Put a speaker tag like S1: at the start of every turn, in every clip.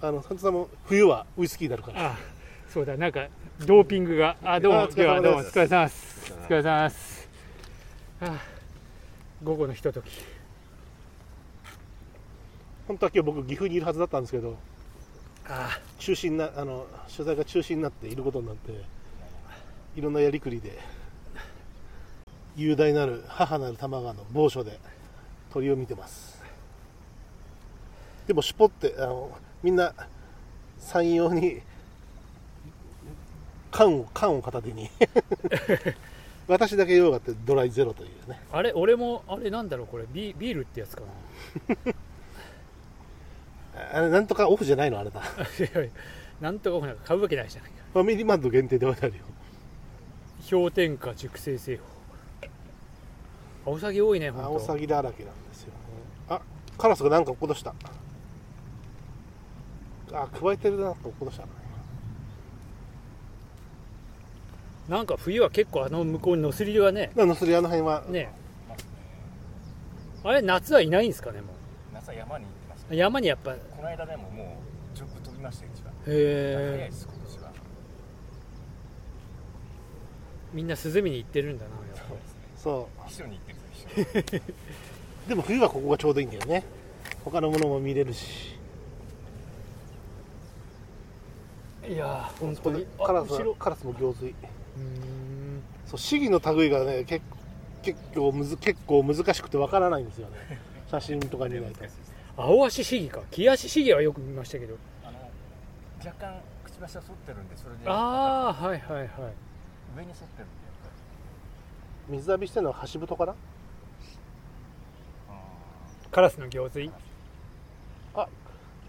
S1: あのサンタさんも冬はウイスキーになるから
S2: あそうだなんかドーピングがあどう
S1: あ
S2: も
S1: お疲れ
S2: で
S1: 様
S2: はどうもお
S1: です
S2: 疲れ様ですお疲れ様ですあ午後のひととき
S1: 本当は今日僕岐阜にいるはずだったんですけど
S2: あ
S1: 中止になあの取材が中止になっていることになっていろんなやりくりで雄大なる母なる玉川の某所で鳥を見てますでもしぽってあのみんな山陽に缶を缶を片手に 私だけ用があってドライゼロというね
S2: あれ俺もあれなんだろうこれビビールってやつかな
S1: あれなんとかオフじゃないのあれだ
S2: いやいやなんとかなんか買うわけないじゃないか
S1: ファミリーマンド限定でわかるよ
S2: 氷点下熟成製法アオサギ多いね
S1: アオ
S2: 本
S1: サ
S2: 当
S1: ギだらけなんですよねあカラスがなんか落っことしたあくわえてるなと落っことした
S2: なんか冬は結構あの向こうにノスリルがね
S1: なのそれあの辺は、
S2: ね
S3: ますね
S2: あれ夏はいないんですかねも
S3: 夏は山に行ってました
S2: う山にやっぱへ
S3: この間でももう上空飛びましたよ一番早い
S2: え
S3: です今年は
S2: みんな涼みに行ってるんだなやっぱ
S3: そうですね
S1: そ
S3: 秘書に行ってるんで すよ秘書
S1: うでも冬はここがちょうどいいんだよね他のものも見れるし
S2: いやー本
S1: そこ
S2: 当
S1: で
S2: に
S1: カラス
S2: あ後ろ
S1: はカラスも行水
S2: うーん
S1: そう市議の類がね結結構むず結構難しくてわからないんですよ ね写真とか見ないと
S3: ですね
S2: 青足シギか木足シギはよく見ましたけど
S3: あの若干くちばしは反ってるんでそれで
S2: ああはいはいはい
S3: 上に反ってるんでやっぱり
S1: 水浴びしてるのは橋太かな
S2: カラスの行水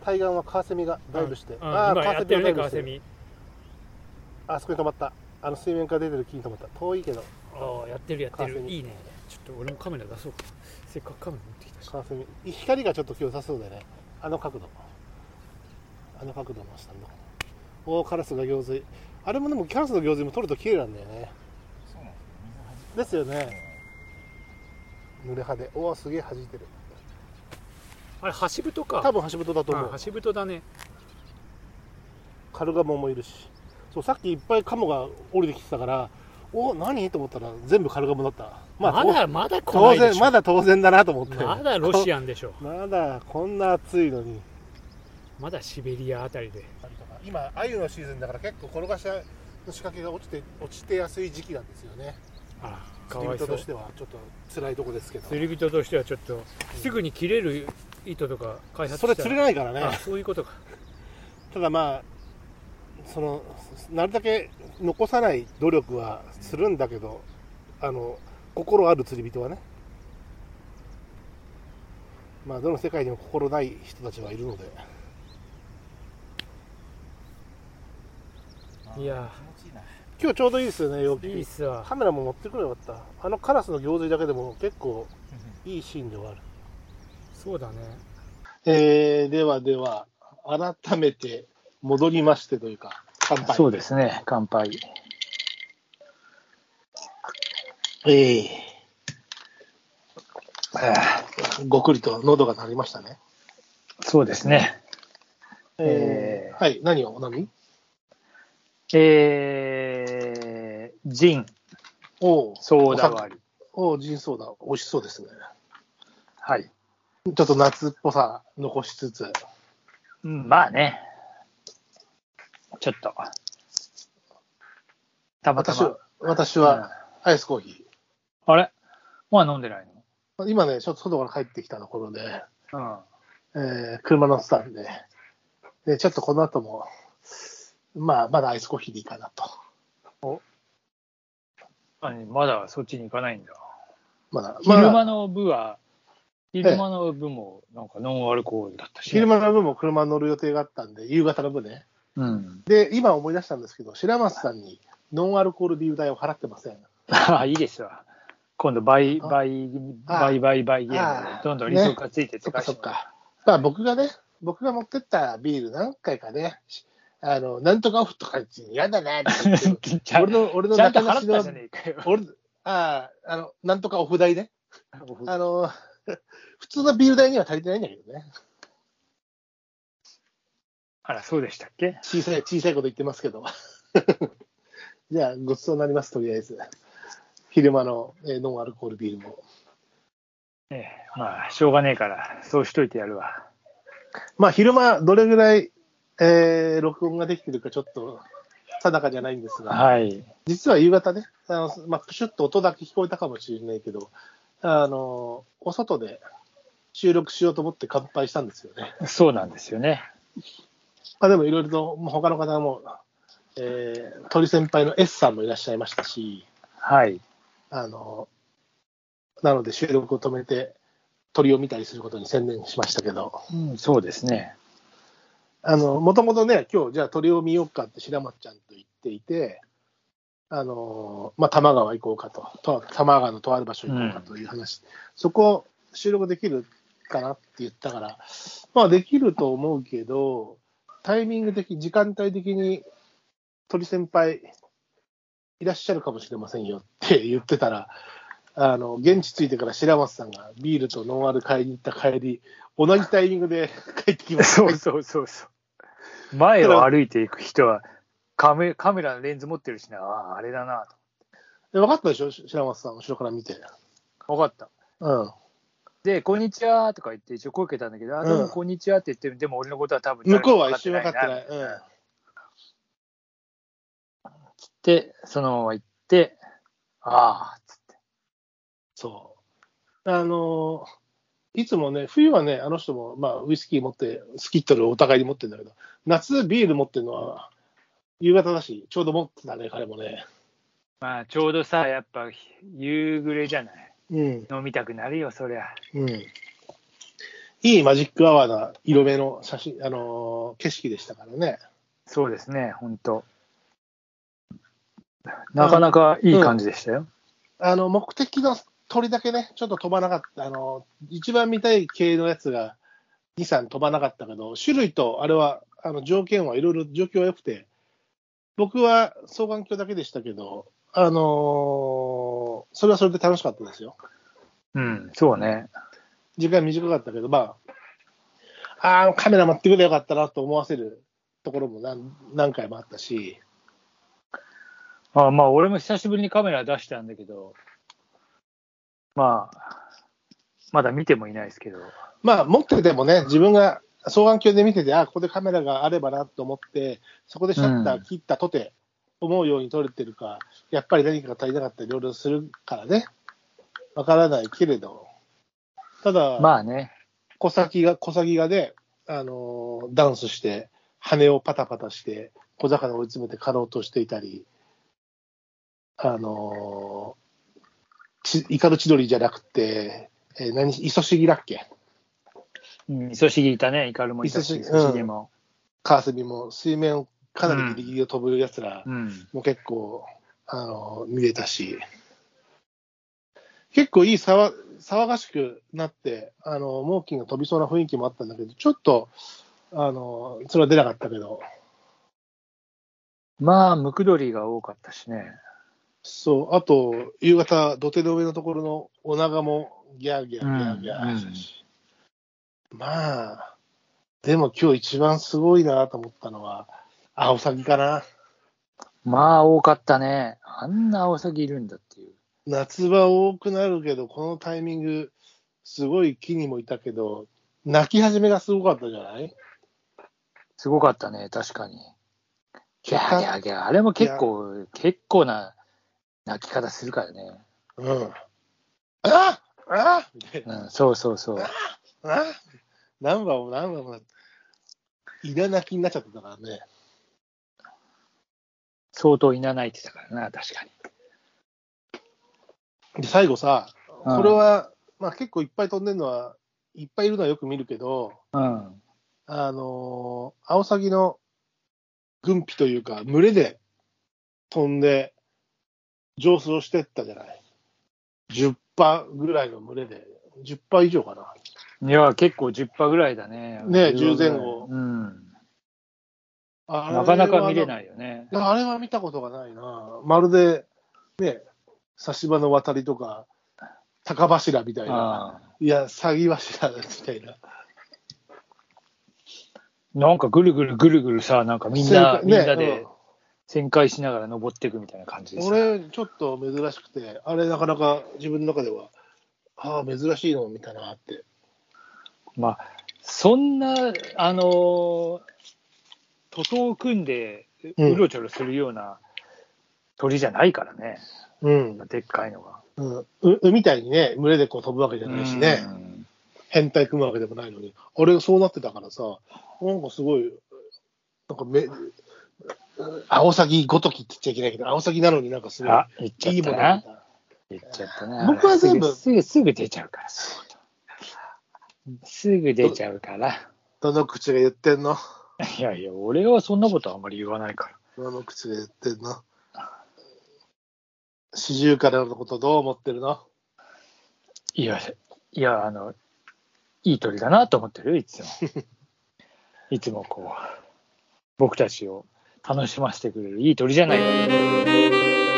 S1: 対岸はカワセミがダイブして、
S2: うんうん今やってるねカワセ
S1: ミ
S2: ミ
S1: あそこに止まったあの水面から出てる木に止まった遠いけど
S2: ああやってるやって
S1: カワセ
S2: る
S1: ミ
S2: いいねちょっと俺もカメラ出そうかせっかくカメラ持ってきたし
S1: カワセミ光がちょっと今日良さそうだよねあの角度あの角度の下のおおカラスが行水あれもでもカラスの行水も撮ると綺麗なんだよね
S3: そうなんですよ水はじ
S1: ですよね濡れ葉でおおすげえ弾いてる
S2: あれ橋太か
S1: 多分橋太だと思う
S2: あ橋太だね
S1: カルガモもいるしそうさっきいっぱいカモが降りてきてたからおお何と思ったら全部カルガモだったま
S2: まだまだ
S1: と
S2: 来な
S1: 当
S2: いで
S1: 然
S2: し
S1: ま
S2: ょ
S1: だ当然だなと思って
S2: まだロシアンでしょ
S1: まだこんな暑いのに
S2: まだシベリアあたりで
S1: 今鮎のシーズンだから結構転がしの仕掛けが落ちて落ちてやすい時期なんですよね
S2: あらか
S1: 釣り
S2: わい
S1: 人
S2: そう
S1: としてはちょっと辛いとこですけど
S2: 釣り人としてはちょっとすぐに切れる糸とか開発した
S1: それ釣れ
S2: な
S1: ないからね
S2: そういうことか
S1: ただまあそのなるだけ残さない努力はするんだけどあの心ある釣り人はねまあどの世界にも心ない人たちはいるので
S3: あー
S2: いや
S3: 気持ちいいな
S1: 今日ちょうどいいですよね陽気
S2: いいっすわ
S1: カメラも持ってくればよかったあのカラスの行水だけでも結構いいシーンで終わる
S2: そうだね
S1: えーではでは、改めて戻りましてというか、乾杯。
S4: そうですね、乾杯。
S1: えーあーごくりと喉が鳴りましたね。
S4: そうですね。
S1: え
S4: えー
S1: ーはい、何をお飲み
S4: えー、ジン、
S1: おう
S4: ソーダ割り。
S1: おうジンソーダ、美味しそうですね。
S4: はい。
S1: ちょっと夏っぽさ残しつつ、
S4: うんまあね、ちょっと、たまた
S1: 私は
S4: ま。、
S1: 私はアイスコーヒ
S4: あれまあ飲んでない
S1: ー。今ね、ちょっと外から帰ってきたところで、
S4: の
S1: えー車乗ってたんでで、ちょっとこの後も、まあ、まだアイスコーヒーでいいかなと。
S4: うん何。まだそっちに行かないんだ。
S1: まだ、まあ
S4: 昼間の部は、昼間の部もなんかノンアルコールだったし。
S1: 昼間の分も車に乗る予定があったんで、夕方の分ね。
S4: うん。
S1: で、今思い出したんですけど、白松さんにノンアルコールビール代を払ってません。
S4: ああ、いいですわ。今度倍、
S1: あ
S4: 倍、
S1: あ
S4: 倍、倍、倍ゲームで
S1: ああ、
S4: どんどん利息がついて
S1: そ
S4: 使
S1: っか
S4: わ
S1: そ
S4: せ
S1: ってか。まあ僕がね、僕が持ってったビール何回かね、しあの、なんとかオフとか言って、嫌だなって言 って
S4: ちゃん
S1: 俺の、俺の
S4: ちゃんと
S1: 中出
S4: 払
S1: し
S4: った
S1: の
S4: じゃ、ねえかよ。
S1: 俺、ああ、あの、なんとかオフ代ね。あの、 普通のビール代には足りてないんだけどね。
S4: あら、そうでしたっけ
S1: 小さい、小さいこと言ってますけど。 じゃあ、ごちそうになります、とりあえず。昼間の、えーノンアルコールビールも。
S4: ええまあ、しょうがねえから、そうしといてやるわ。
S1: まあ、昼間、どれぐらい、えー録音ができてるか、ちょっと、定かじゃないんですが、
S4: はい。
S1: 実は夕方ね、あのまあ、プシュッと音だけ聞こえたかもしれないけど、あの、お外で収録しようと思って乾杯したんですよね。
S4: そうなんですよね。
S1: まあ、でもいろいろと、まあ他の方も、えー鳥先輩の S さんもいらっしゃいましたし、
S4: はい。
S1: あの、なので収録を止めて鳥を見たりすることに専念しましたけど、
S4: うん、そうですね。
S1: あの、もともとね、今日じゃあ鳥を見ようかって白松ちゃんと言っていて、あの、まあ、多摩川行こうかと、と多摩川のとある場所行こうかという話、そこ収録できるかなって言ったから、まあできると思うけど、タイミング的、時間帯的に鳥先輩いらっしゃるかもしれませんよって言ってたら、あの、現地着いてから白松さんがビールとノンアル買いに行った帰り、同じタイミングで帰ってき ました。
S4: そうそうそうそう。前を歩いていく人はカメ、カメラのレンズ持ってるしな、あああれだな
S1: で分かったでしょ白松さん、後ろから見て。
S4: と。分かった。
S1: うん。
S4: で、こんにちはとか言って一応声かけたんだけど、あ、どう
S1: うん
S4: もこんにちはって言ってる、でも俺のことは多分
S1: 向こうは一瞬分かってない。
S4: な
S1: うん。
S4: つって、そのまま行って、ああ、つって。
S1: そう。あのーいつもね、冬はね、あの人も、まあ、ウイスキー持って、スキットルをお互いに持ってるんだけど、夏、ビール持ってるのは、夕方だし、ちょうど持ってたね、彼もね。
S4: まあ、ちょうどさ、やっぱ夕暮れじゃない。
S1: うん。
S4: 飲みたくなるよ、そりゃ。
S1: うん。いいマジックアワーな色目の写真、あのー景色でしたからね。
S4: そうですね、本当なかなかいい感じでしたよ。
S1: あの、目的の鳥だけね、ちょっと飛ばなかった。あの、一番見たい系のやつが2、3飛ばなかったけど、種類とあれは、あの、条件はいろいろ状況は良くて、僕は双眼鏡だけでしたけど、あのーそれはそれで楽しかったですよ。
S4: うん、そうね。
S1: 時間短かったけど、まあ、あーあのカメラ持ってくればよかったなと思わせるところも何何回もあったし、
S4: あまあ、俺も久しぶりにカメラ出したんだけど、まあ、まだ見てもいないですけど、
S1: まあ、持っててもね、自分が双眼鏡で見てて、あここでカメラがあればなと思って、そこでシャッタ
S4: う
S1: ー
S4: ん
S1: 切ったとて、思うように撮れてるか、やっぱり何かが足りなかったり、いろいろするからね、わからないけれど、ただ、
S4: まあね、
S1: 小先が、小先がね、あのーダンスして、羽をパタパタして、小魚を追い詰めて狩ろうとしていたり、あのーち、イカルチドリじゃなくて、えー何、イソシギだっけ
S4: うん、磯しぎいたね、イカルもいたし、
S1: イソシギ
S4: 磯しぎも。
S1: カワセミも水面をかなりギリギリを飛ぶやつら
S4: うん。
S1: も結構、あの見れたし、結構いい騒騒がしくなって、あの猛禽が飛びそうな雰囲気もあったんだけど、ちょっと、あのそれは出なかったけど、
S4: まあ、ムクドリが多かったしね。
S1: そう、あと、夕方、土手の上のところのお長もギャーギャーギャーギャ
S4: うんう
S1: ー
S4: ん
S1: したし、まあ、でも今日一番すごいなと思ったのは、アオサギかな。
S4: まあ、多かったね。あんなアオサギいるんだっていう。
S1: 夏場多くなるけど、このタイミング、すごい木にもいたけど、泣き始めがすごかったじゃない
S4: すごかったね、確かに。ギ
S1: 結
S4: ャー
S1: 果
S4: ギャーギャー。あれも結構、結構な泣き方するからね。
S1: うん。あああみたいな。
S4: うん、そうそうそう。
S1: あ何番も何番も、いら泣きになっちゃってたからね。
S4: 相当いな泣いてたからな、確かに。
S1: で、最後さ、
S4: うん
S1: これは、まあ結構いっぱい飛んでるのは、いっぱいいるのはよく見るけど、
S4: うん。
S1: あのー、アオサギの軍備というか、群れで飛んで、上走をしてったじゃない。10羽ぐらいの群れで、10羽以上かな。
S4: いや、結構10ぐらいだね。
S1: ね10前後
S4: うん。
S1: あれ
S4: なかなか見れ
S1: い。
S4: ないよね。
S1: あれは見たことがないな。まるで、ね、差し場の渡りとか、高柱みたいな。
S4: ああ
S1: いや、詐欺柱みたいな。
S4: なんかぐるぐるぐるぐるさ、なんかみんな、
S1: 旋回
S4: みん
S1: ね
S4: なで旋回しながら登っていくみたいな感じです。
S1: 俺、ちょっと珍しくて、あれ、なかなか自分の中では、ああ、珍しいのを見たなって。
S4: まあ、そんな、あのー徒党を組んで、
S1: うん
S4: うろちょろするような鳥じゃないからね、
S1: うん。
S4: でっかいのが。
S1: うん、う海みたいにね、群れでこう飛ぶわけじゃないしね、
S4: うん
S1: 変態組むわけでもないのに、俺、そうなってたからさ、なんかすごい、なんかめ、アオサギごときって言っちゃいけないけど、アオサギなのになんかすごい
S4: あ、言っちゃ
S1: いい
S4: っ
S1: もの
S4: たな。
S1: だな
S4: 言っちゃったな。
S1: 僕は全部
S4: すぐ、すぐすぐ出ちゃうから、そういうことすぐ出ちゃうから。
S1: どの口が言ってんの
S4: いやいや、俺はそんなことあんまり言わないから。
S1: どの口が言ってんの四十からのことどう思ってるの
S4: いや、いや、あの、いい鳥だなと思ってるよ、いつも。いつもこう、僕たちを楽しませてくれるいい鳥じゃないか。